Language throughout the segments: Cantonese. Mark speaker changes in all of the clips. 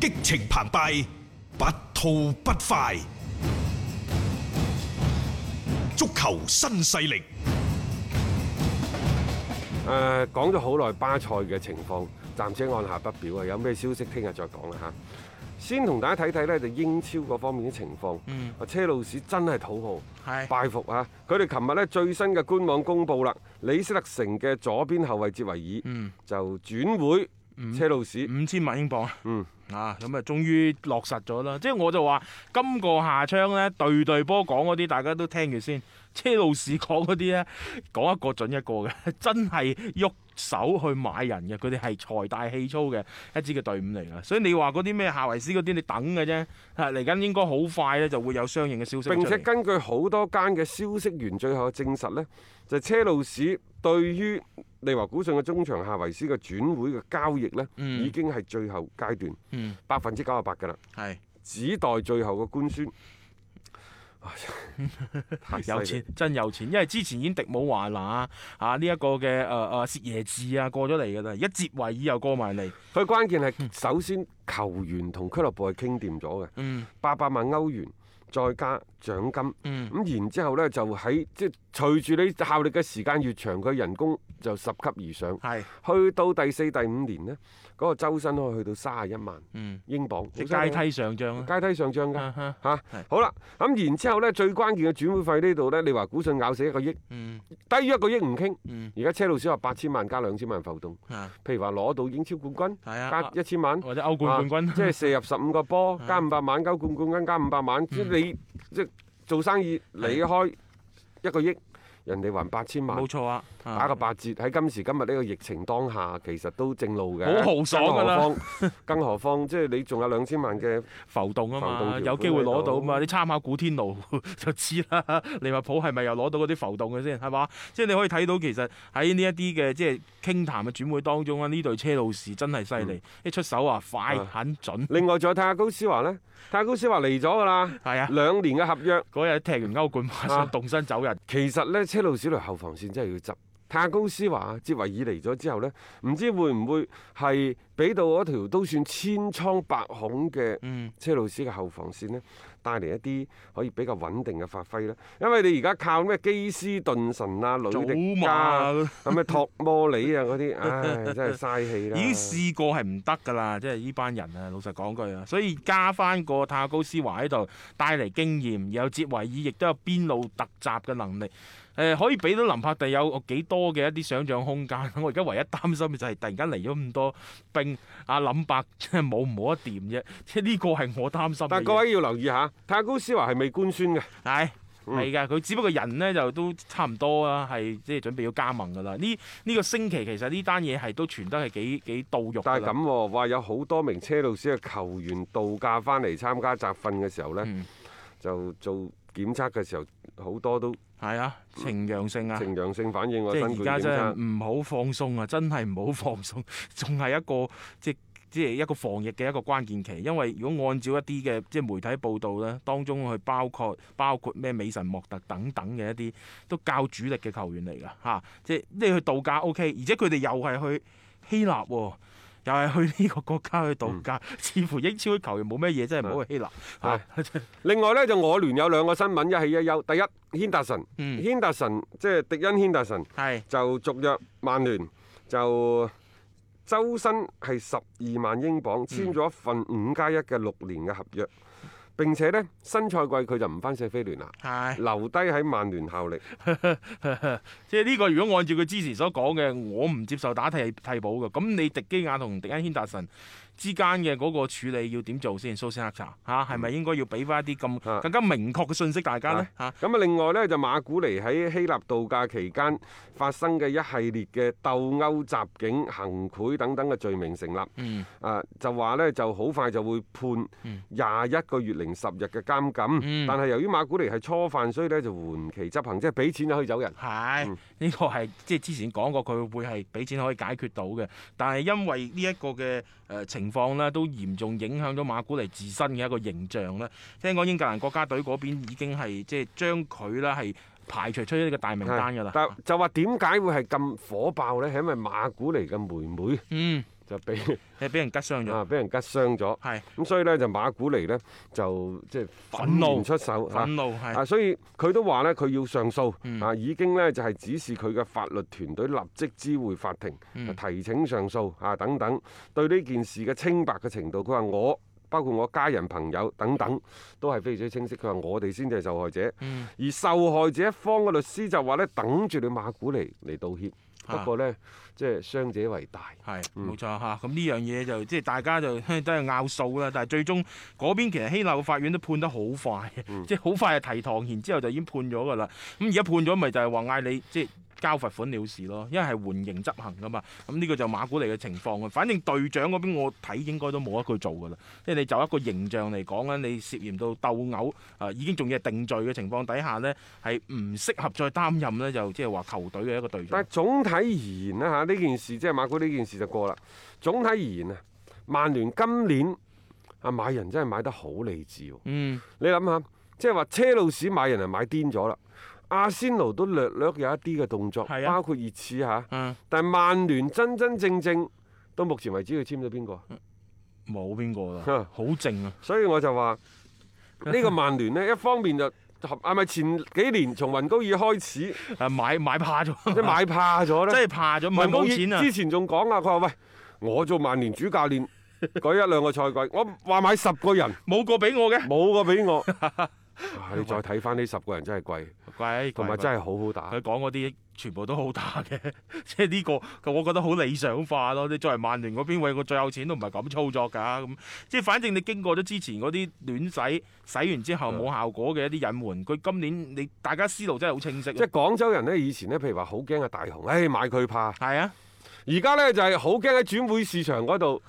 Speaker 1: 激情澎湃，不吐不快。足球新勢力，
Speaker 2: 誒講咗好耐巴塞嘅情況，暫且按下不表啊！有咩消息聽日再講啦嚇。先同大家睇睇呢，就英超嗰方面啲情況。
Speaker 3: 嗯，
Speaker 2: 啊，車路士真係土豪，
Speaker 3: 係
Speaker 2: 拜服啊！佢哋琴日呢，最新嘅官網公佈啦，李斯特城嘅左邊後衞哲維爾
Speaker 3: 嗯，
Speaker 2: 就轉會車路士。
Speaker 3: 五千萬英鎊。
Speaker 2: 嗯，
Speaker 3: 啊，咁啊，終於落實咗啦！即係我就話，今個夏窗咧，對對波講嗰啲，大家都聽住先。車路士講嗰啲咧，講一個準一個嘅， 真係喐手去買人嘅，佢哋係財大氣粗嘅一支嘅隊伍嚟啦。所以你話嗰啲咩夏維斯嗰啲，你等嘅啫。啊嚟緊應該好快咧，就會有相應嘅消息出
Speaker 2: 並且
Speaker 3: 嚟。
Speaker 2: 根據好多間嘅消息源最後證實呢，就車路士對於利華古信嘅中場夏維斯嘅轉會嘅交易呢，
Speaker 3: 嗯
Speaker 2: 已經係最後階段，
Speaker 3: 嗯，
Speaker 2: 百分之九十八㗎啦。
Speaker 3: 係
Speaker 2: 只待最後嘅官宣。唉 太犀利
Speaker 3: 有錢，真有錢。因為之前已經迪姆華拿啊呢一個嘅誒誒薛耶治啊過咗嚟㗎啦，一捷維爾又過埋嚟。
Speaker 2: 佢關鍵係首先球員同俱樂部係傾掂咗嘅，
Speaker 3: 嗯
Speaker 2: 八百萬歐元再加獎金。
Speaker 3: 嗯
Speaker 2: 咁然之後呢，就喺即係隨住你效力嘅時間越長，佢人工就十級而上。
Speaker 3: 係
Speaker 2: 去到第四、第五年呢，嗰、個周薪可以去到三十一萬
Speaker 3: 嗯。
Speaker 2: 英鎊，
Speaker 3: 即
Speaker 2: 好
Speaker 3: 係
Speaker 2: 犀利啊
Speaker 3: 階梯上漲
Speaker 2: 階梯上漲㗎。
Speaker 3: 啊！
Speaker 2: 嚇、
Speaker 3: 係
Speaker 2: 好啦，咁然之後呢，最關鍵嘅轉會費呢度呢，你話股信咬死一個億，
Speaker 3: 嗯
Speaker 2: 低於一個億唔傾。
Speaker 3: 嗯
Speaker 2: 而家車路士話八千萬加兩千萬浮動，
Speaker 3: 啊，
Speaker 2: 譬如話攞到英超冠
Speaker 3: 係
Speaker 2: 軍，
Speaker 3: 啊
Speaker 2: 加，一千萬，啊
Speaker 3: 或者歐冠冠軍，
Speaker 2: 即係射入十五個波，
Speaker 3: 啊嗯
Speaker 2: 加五百萬，加冠冠軍加五百萬，即係你即係做生意離開一個億，人哋還八千萬
Speaker 3: 冇。錯啊，啊
Speaker 2: 打個八折喺今時今日呢個疫情當下，其實都正路嘅。
Speaker 3: 好豪爽㗎啦
Speaker 2: 更何況，更何況即係你仲有兩千萬嘅，
Speaker 3: 浮動
Speaker 2: 浮動
Speaker 3: 啊
Speaker 2: 條
Speaker 3: 嘛，
Speaker 2: 款
Speaker 3: 有機會攞到啊
Speaker 2: 喺
Speaker 3: 嘛，
Speaker 2: 度
Speaker 3: 你參考古天奴 就知啦，利物浦係咪又攞到嗰啲浮動嘅先係嘛？即係你可以睇到其實喺呢一啲嘅即係傾談嘅轉會當中啊，呢隊車路士真係犀利，一出手啊快
Speaker 2: 嗯啊
Speaker 3: 狠準，
Speaker 2: 另外仲有泰亞高斯華呢，泰亞高斯華嚟咗㗎啦，
Speaker 3: 係啊，
Speaker 2: 兩年嘅合約。
Speaker 3: 嗰日踢完歐冠馬
Speaker 2: 啊
Speaker 3: 上動身走人，
Speaker 2: 其實呢，車路士隊後防線真係要執。泰高斯華、哲維爾嚟咗之後呢，唔知會唔會係俾到嗰條都算千瘡百孔嘅
Speaker 3: 嗯
Speaker 2: 車路士嘅後防線呢，帶嚟一啲可以比較穩定嘅發揮呢？因為你而家靠咩基斯頓神啊、呂
Speaker 3: 祖
Speaker 2: 迪加啊、
Speaker 3: 馬
Speaker 2: 咁咩托摩里啊嗰啲，唉，真係嘥氣啦。
Speaker 3: 已經試過係唔得㗎啦，即係呢班人啊，老實講句啊，所以加翻個塔高斯華喺度，帶嚟經驗，有哲維爾亦都有邊路突襲嘅能力，誒、可以俾到林柏地有幾多嘅一啲想像空間。我而家唯一擔心嘅就係突然間嚟咗咁多兵，阿林伯真係冇唔好得掂啫，即係呢個係我擔心嘅嘢。
Speaker 2: 但係各位要留意下，泰高斯華係未官宣嘅。
Speaker 3: 係
Speaker 2: 嗯
Speaker 3: 係㗎，佢只不過人呢就都差唔多啦，係即係準備要加盟㗎啦。呢呢、個星期其實呢單嘢係都傳得係幾幾到肉㗎啦。
Speaker 2: 但係咁喎，話有好多名車路士嘅球員度假翻嚟參加集訓嘅時候呢，
Speaker 3: 嗯
Speaker 2: 就做檢測嘅時候，好多都
Speaker 3: 係啊，呈陽性啊，
Speaker 2: 呈陽性反應喎，
Speaker 3: 即
Speaker 2: 新
Speaker 3: 係而
Speaker 2: 冠
Speaker 3: 家
Speaker 2: 檢
Speaker 3: 真
Speaker 2: 測。
Speaker 3: 係唔好放鬆啊！真係唔好放鬆， 仲係一個即係即係一個防疫嘅一個關鍵期，因為如果按照一啲嘅即係媒體報道咧，當中去包括包括咩美神莫特等等嘅一啲都較主力嘅球員嚟㗎嚇，即係你去度假 OK，而且佢哋又係去希臘喎、又係去呢個國家去度假，
Speaker 2: 嗯
Speaker 3: 似乎英超嘅球員冇咩嘢，真係唔好去希臘
Speaker 2: 係
Speaker 3: 嚇。
Speaker 2: 另外呢，就我聯有兩個新聞一喜一憂。第一，軒達臣，
Speaker 3: 嗯，
Speaker 2: 軒達臣即係迪恩軒達臣
Speaker 3: 係
Speaker 2: 就續約曼聯，就周薪係十二萬英
Speaker 3: 嗯
Speaker 2: 鎊，簽咗一份五加一嘅六年嘅合約。並且呢，新賽季佢就唔翻謝菲聯啦，
Speaker 3: 係。
Speaker 2: 留低喺曼聯效力。
Speaker 3: 即係呢個，如果按照佢之前所講嘅，我唔接受打替替補嘅。咁你迪基亞同迪恩軒達臣之間嘅嗰個處理要點做先？蘇斯克查嚇係咪應該要俾翻一啲
Speaker 2: 嗯啊
Speaker 3: 咁更加明確嘅信息大家呢？嚇？
Speaker 2: 咁啊，另外呢，就馬古尼喺希臘度假期間發生嘅一系列嘅鬥毆、襲警、行賄等等嘅罪名成立，
Speaker 3: 嗯
Speaker 2: 啊就話呢，就好快就會判
Speaker 3: 嗯
Speaker 2: 廿一個月零十日嘅監禁。
Speaker 3: 嗯
Speaker 2: 但係由於馬古尼係初犯，所以呢就緩期執行，即係俾錢就可以走人。
Speaker 3: 係
Speaker 2: 嗯
Speaker 3: 呢個係即係之前講過，佢會係俾錢可以解決到嘅。但係因為呢一個嘅誒情況呢，都嚴重影響咗馬古尼自身嘅一個形象啦。聽講英格蘭國家隊嗰邊已經係即係將佢啦係排除出呢個大名單㗎
Speaker 2: 係
Speaker 3: 啦。
Speaker 2: 啊但就話點解會係咁火爆呢？係因為馬古尼嘅妹妹
Speaker 3: 嗯，
Speaker 2: 就俾
Speaker 3: 你俾人吉傷咗，
Speaker 2: 啊俾人吉傷咗，
Speaker 3: 係
Speaker 2: 咁所以呢，就馬古尼呢，就即係
Speaker 3: 憤怒
Speaker 2: 然出手啊
Speaker 3: 憤怒
Speaker 2: 啊，
Speaker 3: 係
Speaker 2: 所以佢都話咧，佢要上訴
Speaker 3: 嗯
Speaker 2: 啊，已經咧就係指示佢嘅法律團隊立即知會法庭，啊
Speaker 3: 嗯
Speaker 2: 提請上訴啊等等。對呢件事嘅清白嘅程度，佢話我包括我家人、朋友等等，都係非常之清晰。佢話我哋先至係受害者，
Speaker 3: 嗯
Speaker 2: 而受害者一方嘅律師就話咧，等住你馬古尼嚟道歉。
Speaker 3: 啊
Speaker 2: 不過呢，即係傷者為大。
Speaker 3: 係冇錯嚇。咁呢樣嘢就即係大家就都係拗數啦。但係最終嗰邊其實希臘嘅法院都判得好快，
Speaker 2: 嗯
Speaker 3: 即係好快就提堂，然之後就已經判咗㗎啦。咁而家判咗，咪就係話嗌你即係。交罰款了事咯，因為係緩刑執行噶嘛，咁呢個就馬古尼嘅情況啊。反正隊長嗰邊我睇應該都冇一句做噶啦，即係你就一個形象嚟講咧，你涉嫌到鬥毆啊、已經仲要係定罪嘅情況底下呢，係唔適合再擔任呢，就即係話球隊嘅一個隊
Speaker 2: 但
Speaker 3: 長
Speaker 2: 係。總體而言呢，嚇，呢件事即係馬古呢件事就過啦。總體而言啊，曼聯今年啊買人真係買得好理智喎。
Speaker 3: 嗯。
Speaker 2: 你諗下，即係話車路士買人係買癲咗啦，阿仙奴都略略有一啲嘅動作，
Speaker 3: 係啊
Speaker 2: 包括熱刺嚇。
Speaker 3: 嗯
Speaker 2: 但係曼聯真真正正到目前為止，佢簽咗邊個？
Speaker 3: 嗯冇邊個啦，好靜啊！
Speaker 2: 所以我就 話呢個曼聯呢，一方面就。係咪前幾年從雲高爾開始，
Speaker 3: 誒啊買買怕咗，
Speaker 2: 即係買怕咗呢？
Speaker 3: 真係怕咗，唔係
Speaker 2: 雲高
Speaker 3: 冇錢
Speaker 2: 爾
Speaker 3: 啊！
Speaker 2: 之前仲講啊，佢話喂，我做曼聯主教 練嗰一兩個賽季，我話買十個人，
Speaker 3: 冇個 俾我嘅，
Speaker 2: 冇個俾 我。啊你再睇翻呢十個人真係貴，
Speaker 3: 貴
Speaker 2: 同埋真係好好打。
Speaker 3: 佢講嗰啲全部都好打嘅， 即係呢個我覺得好理想化咯。你作為曼聯嗰邊，喂，我最有錢都唔係咁操作㗎，咁即係反正你經過咗之前嗰啲亂洗，洗完之
Speaker 2: 嗯
Speaker 3: 後冇效果嘅一啲隱瞞，佢今年你大家思路真係好清晰啊。
Speaker 2: 即係廣州人呢，以前呢，譬如話好驚啊大雄，唉、買佢怕。
Speaker 3: 係啊，
Speaker 2: 而家呢，就係好驚喺轉會市場嗰 度，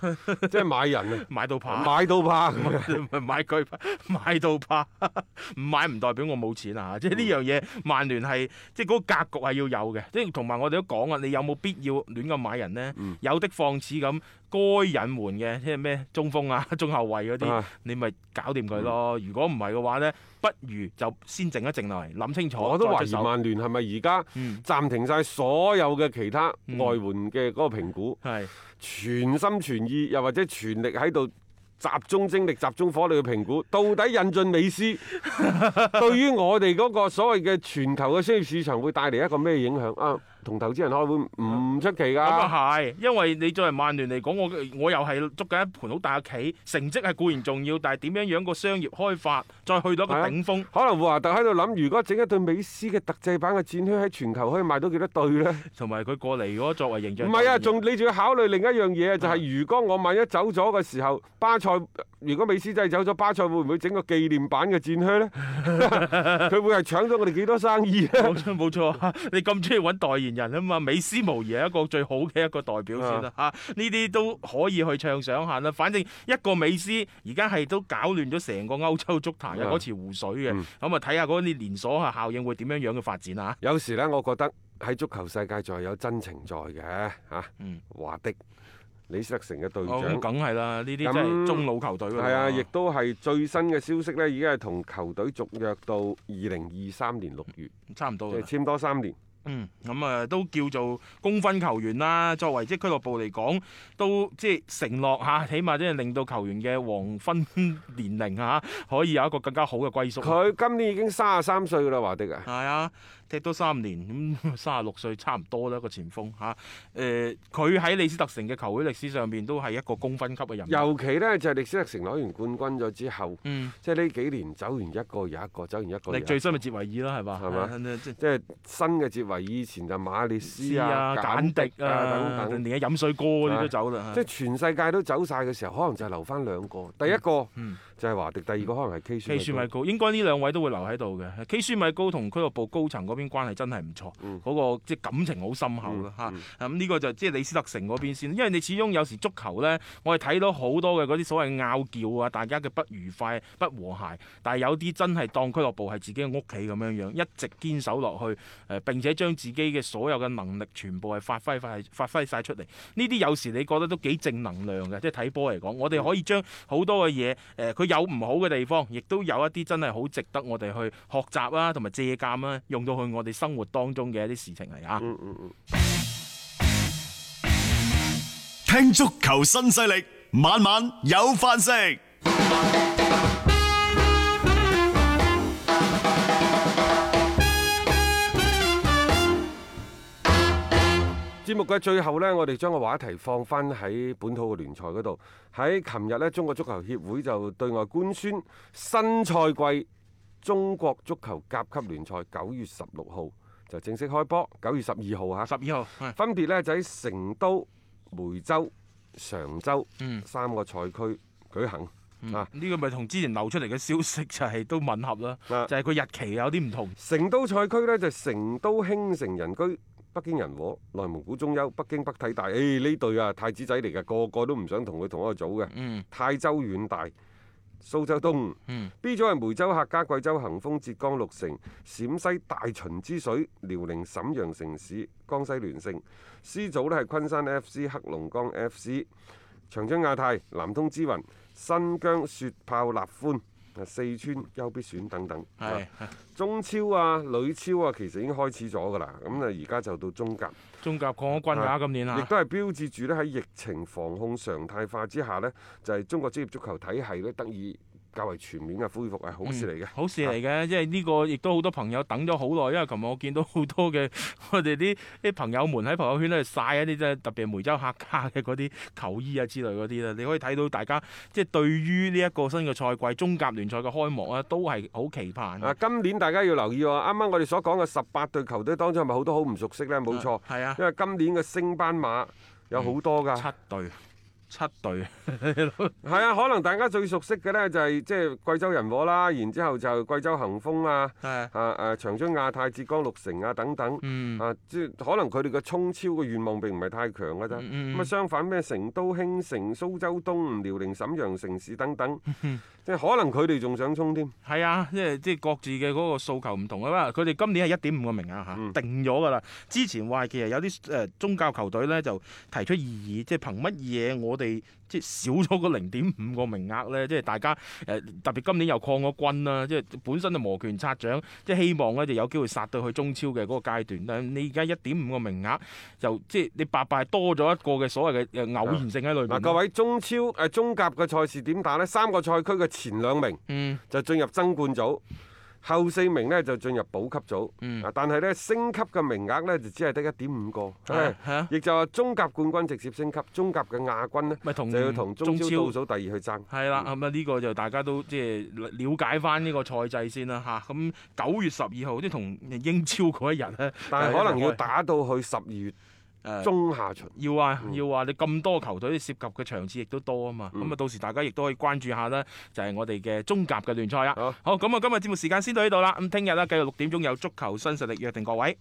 Speaker 2: 即係買人
Speaker 3: 買到怕
Speaker 2: 啊，。買到怕咁樣。
Speaker 3: 買佢買到怕， 唔買唔代表我冇錢
Speaker 2: 嗯
Speaker 3: 啊！即係呢樣嘢，曼聯係即係嗰個格局係要有嘅，即係同埋我哋都講啊，你有冇必要亂咁買人呢？
Speaker 2: 嗯
Speaker 3: 有的放矢咁，該隱瞞嘅，即係咩中鋒啊、 中後衞嗰啲，
Speaker 2: 啊嗯
Speaker 3: 你咪搞掂佢咯。如果唔係嘅話呢，不如就先靜一靜落嚟，諗清楚。
Speaker 2: 我都懷
Speaker 3: 再出
Speaker 2: 疑
Speaker 3: 手
Speaker 2: 曼聯係咪而家
Speaker 3: 嗯
Speaker 2: 暫停晒所有嘅其他外
Speaker 3: 嗯
Speaker 2: 援嘅嗰個評估，
Speaker 3: 係
Speaker 2: 全心全意又或者全力喺度。集中精力、集中火力去評估，到底引進美 斯對於我哋嗰個所謂嘅全球嘅商業市場會帶嚟一個咩影響啊？同投資人開會唔出奇㗎。
Speaker 3: 咁啊係，因為你作為曼聯嚟講，我我又係捉緊一盤好大嘅棋，成績係固然重要，但係點樣樣個商業開發再去到一個
Speaker 2: 係啊
Speaker 3: 頂峰。
Speaker 2: 可能胡華特喺度諗，如果整一對美斯嘅特製版嘅戰靴喺全球可以賣到幾多對呢？
Speaker 3: 同埋佢過嚟嗰個作為形
Speaker 2: 唔
Speaker 3: 象
Speaker 2: 係啊，
Speaker 3: 代言人
Speaker 2: 仲你仲要考慮另一樣嘢啊，就係、如果我萬一走咗嘅時候，巴塞如果美斯真係走咗，巴塞會唔會整個紀念版嘅戰 靴呢？佢會係搶咗我哋幾多生意呢？
Speaker 3: 冇錯冇錯啊！你咁中意揾代言人啊嘛，美斯無疑係一個最好嘅一個代表先
Speaker 2: 啊
Speaker 3: 啦嚇，啊呢啲都可以去暢想下啦。反正一個美斯而家係都搞亂咗成個歐洲足壇嘅
Speaker 2: 啊
Speaker 3: 嗰池湖水嘅，
Speaker 2: 嗯
Speaker 3: 咁啊睇下嗰啲連鎖啊效應會點樣樣嘅發展啊！
Speaker 2: 有時呢，我覺得喺足球世界仲係有真情在嘅嚇。啊
Speaker 3: 嗯
Speaker 2: 華迪、李斯特城嘅隊
Speaker 3: 哦，
Speaker 2: 長
Speaker 3: 咁。梗係啦，呢啲真係
Speaker 2: 咁
Speaker 3: 中老球隊㗎啦
Speaker 2: 係啊，亦都係最新嘅消息呢，已經係同球隊續約到二零二三年六月，
Speaker 3: 差唔多
Speaker 2: 即
Speaker 3: 㗎
Speaker 2: 係
Speaker 3: 啦。
Speaker 2: 簽多三年。
Speaker 3: 嗯，咁啊都叫做公分球員啦。作為即係俱樂部嚟講，都即係承諾嚇，起碼即係令到球員嘅黃昏年齡嚇可以有一個更加好嘅歸宿。
Speaker 2: 佢今年已經三十三歲㗎啦，華迪啊，
Speaker 3: 係啊，踢多三年，咁 三十六歲差唔多啦個前鋒嚇。誒、佢喺李斯特城嘅球會歷史上邊都係一個公分級嘅人物。
Speaker 2: 尤其呢，就係歷史特城攞完冠軍咗之後，
Speaker 3: 嗯，
Speaker 2: 即係呢幾年走完一個又一個，走完一個又
Speaker 3: 你
Speaker 2: 一
Speaker 3: 最
Speaker 2: 個，
Speaker 3: 新咪哲維啊爾啦，係嘛？
Speaker 2: 係嘛
Speaker 3: 嘛？即係
Speaker 2: 即係新嘅哲維以前就馬列斯啊、
Speaker 3: 啊、簡迪啊，
Speaker 2: 等等，
Speaker 3: 連嘅飲水哥嗰啲都
Speaker 2: 啊
Speaker 3: 走啦。
Speaker 2: 即係全世界都走晒嘅時候，可能就係留翻兩個，第一個
Speaker 3: 嗯
Speaker 2: 就係華迪，第二個可能係 K 舒
Speaker 3: K 舒米高應該呢兩位都會留喺度嘅。K 舒米高同俱樂部高層嗰邊關係真係唔錯，嗰、
Speaker 2: 嗯
Speaker 3: 個即係感情好深厚啦嚇。咁
Speaker 2: 嗯
Speaker 3: 呢、個就即係李斯特城嗰邊先，因為你始終有時足球呢，我哋睇到好多嘅嗰啲所謂拗撬啊，大家嘅不愉快、不和諧，但係有啲真係當俱樂部係自己嘅屋企咁樣樣，一直堅守落去誒、呃，並且將自己嘅所有嘅能力全部係發揮曬發揮曬出嚟。呢啲有時你覺得都幾正能量嘅，即係睇波嚟講，我哋可以將好多嘅嘢誒，佢、有唔好嘅地方，亦都有一啲真係好值得我哋去學習啦，同埋借鑑啦，用到去我哋生活當中嘅一啲事情嚟啊！
Speaker 2: 嗯嗯嗯，
Speaker 4: 聽足球新勢力，晚晚有飯食。
Speaker 2: 節目嘅最後呢，我哋將個話題放翻喺本土嘅聯賽嗰度。喺琴日呢，中國足球協會就對外官宣新賽季中國足球甲級聯賽九月十六號就正式開波，九月十二號嚇。
Speaker 3: 十二號，係
Speaker 2: 分別呢就喺成都、梅州、常州
Speaker 3: 嗯
Speaker 2: 三個賽區舉行。啊，
Speaker 3: 呢個咪同之前流出嚟嘅消息就係都吻合啦，
Speaker 2: 啊
Speaker 3: 就係佢日期有啲唔同。
Speaker 2: 成都賽區呢，就成都興城人居、北京人和、內蒙古中優、北京北體大。誒呢隊啊太子仔嚟㗎，個個都唔想同佢同一個組嘅。
Speaker 3: 嗯
Speaker 2: 泰州遠大、蘇州東。
Speaker 3: 嗯
Speaker 2: B 組係梅州客家、貴州恒豐、浙江綠城、陝西大秦之水、遼寧瀋陽城市、江西聯盛。C 組呢係昆山 FC、黑龍江 FC、長春亞泰、南通之雲、新疆雪豹立歡。啊四川優必選等等，
Speaker 3: 係
Speaker 2: 啊中超啊、女超啊，其實已經開始咗㗎啦。咁啊，而家就到中甲。
Speaker 3: 中甲抗咗軍啊，今年
Speaker 2: 亦
Speaker 3: 啊，
Speaker 2: 都係標誌住咧喺疫情防控常態化之下呢就係、中國職業足球體系咧得以較為全面嘅恢復係好事嚟嘅。
Speaker 3: 好事嚟
Speaker 2: 啊
Speaker 3: 嘅，因為呢個亦都好多朋友等咗好耐，因為琴日我見到好多嘅 我哋啲啲朋友們喺朋友圈咧晒一啲即係特別係梅州客家嘅嗰啲球衣啊之類嗰啲啦，你可以睇到大家即係對於呢一個新嘅賽季中甲聯賽嘅開幕啊，都係好期盼嘅。
Speaker 2: 啊！今年大家要留意喎，啱啱我哋所講嘅十八隊球隊當中係咪好多好唔熟悉呢？冇錯，
Speaker 3: 係啊，
Speaker 2: 因為今年嘅升班馬有好多㗎。
Speaker 3: 嗯七隊，七隊，
Speaker 2: 係啊，可能大家最熟悉嘅呢就係即係貴州人和啦，然之後就貴州恒豐啊，
Speaker 3: 係啊
Speaker 2: 啊啊長春亞泰、浙江綠城啊等等。
Speaker 3: 嗯。
Speaker 2: 啊，即係可能佢哋嘅衝超嘅願望並唔係太強嘅啫。咁啊、
Speaker 3: 嗯嗯嗯
Speaker 2: 相反咩成都、興城、蘇州東吳、遼寧瀋陽城市等等，即係可能佢哋仲想衝添。
Speaker 3: 係啊，即係即係各自嘅嗰個訴求唔同啊嘛。佢哋今年係一點五個名額嚇，
Speaker 2: 嗯
Speaker 3: 定咗㗎啦。之前話其實有啲誒、呃宗教球隊咧就提出異議，即係憑乜嘢我哋即係少咗個零點五個名額咧？即係大家誒、呃特別今年又抗咗軍啦，即係本身就摩拳擦掌，即係希望咧就有機會殺到去中超嘅嗰個階段。但係你而家一點五個名額，就即係你白白多咗一個嘅所謂嘅呃偶然性喺裏邊。
Speaker 2: 嗱、各，位中超誒、呃中甲嘅賽事點打呢？三個賽區嘅前兩名
Speaker 3: 嗯
Speaker 2: 就進入爭冠組。後四名呢就進入保級組，
Speaker 3: 嗯
Speaker 2: 啊但係呢，升級嘅名額呢就只係得一點五個，
Speaker 3: 係係啊
Speaker 2: 亦就話中甲冠軍直接升級，中甲嘅亞軍呢
Speaker 3: 咪同
Speaker 2: 就要同中
Speaker 3: 嗯中
Speaker 2: 超
Speaker 3: 超
Speaker 2: 倒數第二去爭。
Speaker 3: 係啦，咁啊呢個就大家都即係了解翻呢個賽制先啦嚇。咁九月十二號即係同英超嗰一日咧，
Speaker 2: 但係可能要打到去十二月
Speaker 3: 誒
Speaker 2: 中下旬。
Speaker 3: 要啊，要啊！你咁多球隊涉及嘅場次亦都多啊嘛，咁啊、到時大家亦都可以關注下啦，就係、我哋嘅中甲嘅聯賽啦。
Speaker 2: 好
Speaker 3: 好，咁啊今日節目時間先到呢度啦，咁聽日啦繼續六點鐘有足球新勢力約定各位。